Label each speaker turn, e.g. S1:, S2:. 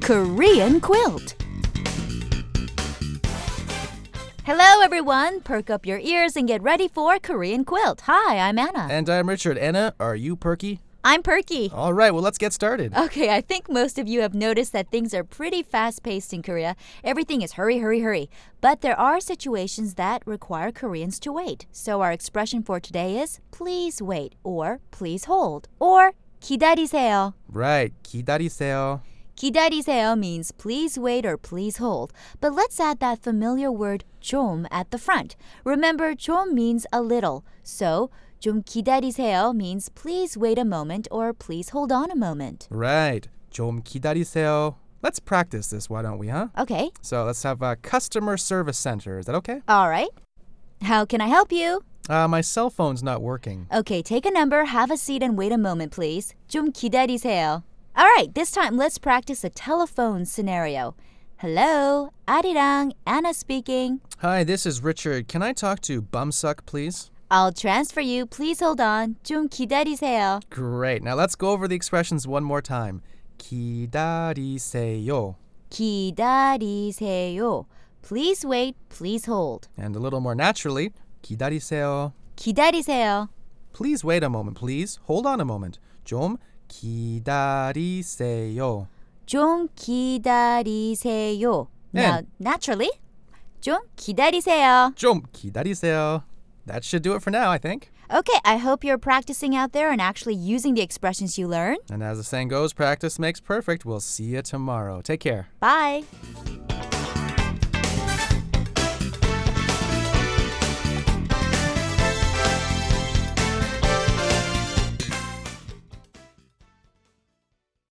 S1: Korean quilt. Hello, everyone. Perk up your ears and get ready for Korean quilt. Hi, I'm Anna.
S2: And I'm Richard. Anna, are you perky?
S1: I'm Perky.
S2: All right, well, let's get started.
S1: Okay, I think most of you have noticed that things are pretty fast paced in Korea. Everything is hurry, hurry, hurry. But there are situations that require Koreans to wait. So our expression for today is please wait or please hold or 기다리세요.
S2: Right, 기다리세요.
S1: 기다리세요 means please wait or please hold. But let's add that familiar word 좀 at the front. Remember, 좀 means a little. So, 좀 기다리세요 means please wait a moment or please hold on a moment.
S2: Right, 좀 기다리세요. Let's practice this, why don't we, huh?
S1: Okay.
S2: So let's have a customer service center. Is that okay?
S1: All right. How can I help you?
S2: Uh, my cell phone's not working.
S1: Okay, take a number, have a seat, and wait a moment, please. 좀 기다리세요. All right, this time let's practice a telephone scenario. Hello, 아리랑, Anna speaking.
S2: Hi, this is Richard. Can I talk to Bumsuck, please?
S1: I'll transfer you. Please hold on. 좀 기다리세요.
S2: Great. Now let's go over the expressions one more time. 기다리세요.
S1: 기다리세요. Please wait, please hold.
S2: And a little more naturally, 기다리세요.
S1: 기다리세요.
S2: Please wait a moment, please. Hold on a moment. 좀 기다리세요.
S1: 좀 기다리세요. Now,
S2: Man.
S1: naturally, 좀 기다리세요.
S2: 좀 기다리세요. That should do it for now, I think.
S1: Okay, I hope you're practicing out there and actually using the expressions you learned.
S2: And as the saying goes, practice makes perfect. We'll see you tomorrow. Take care.
S1: Bye.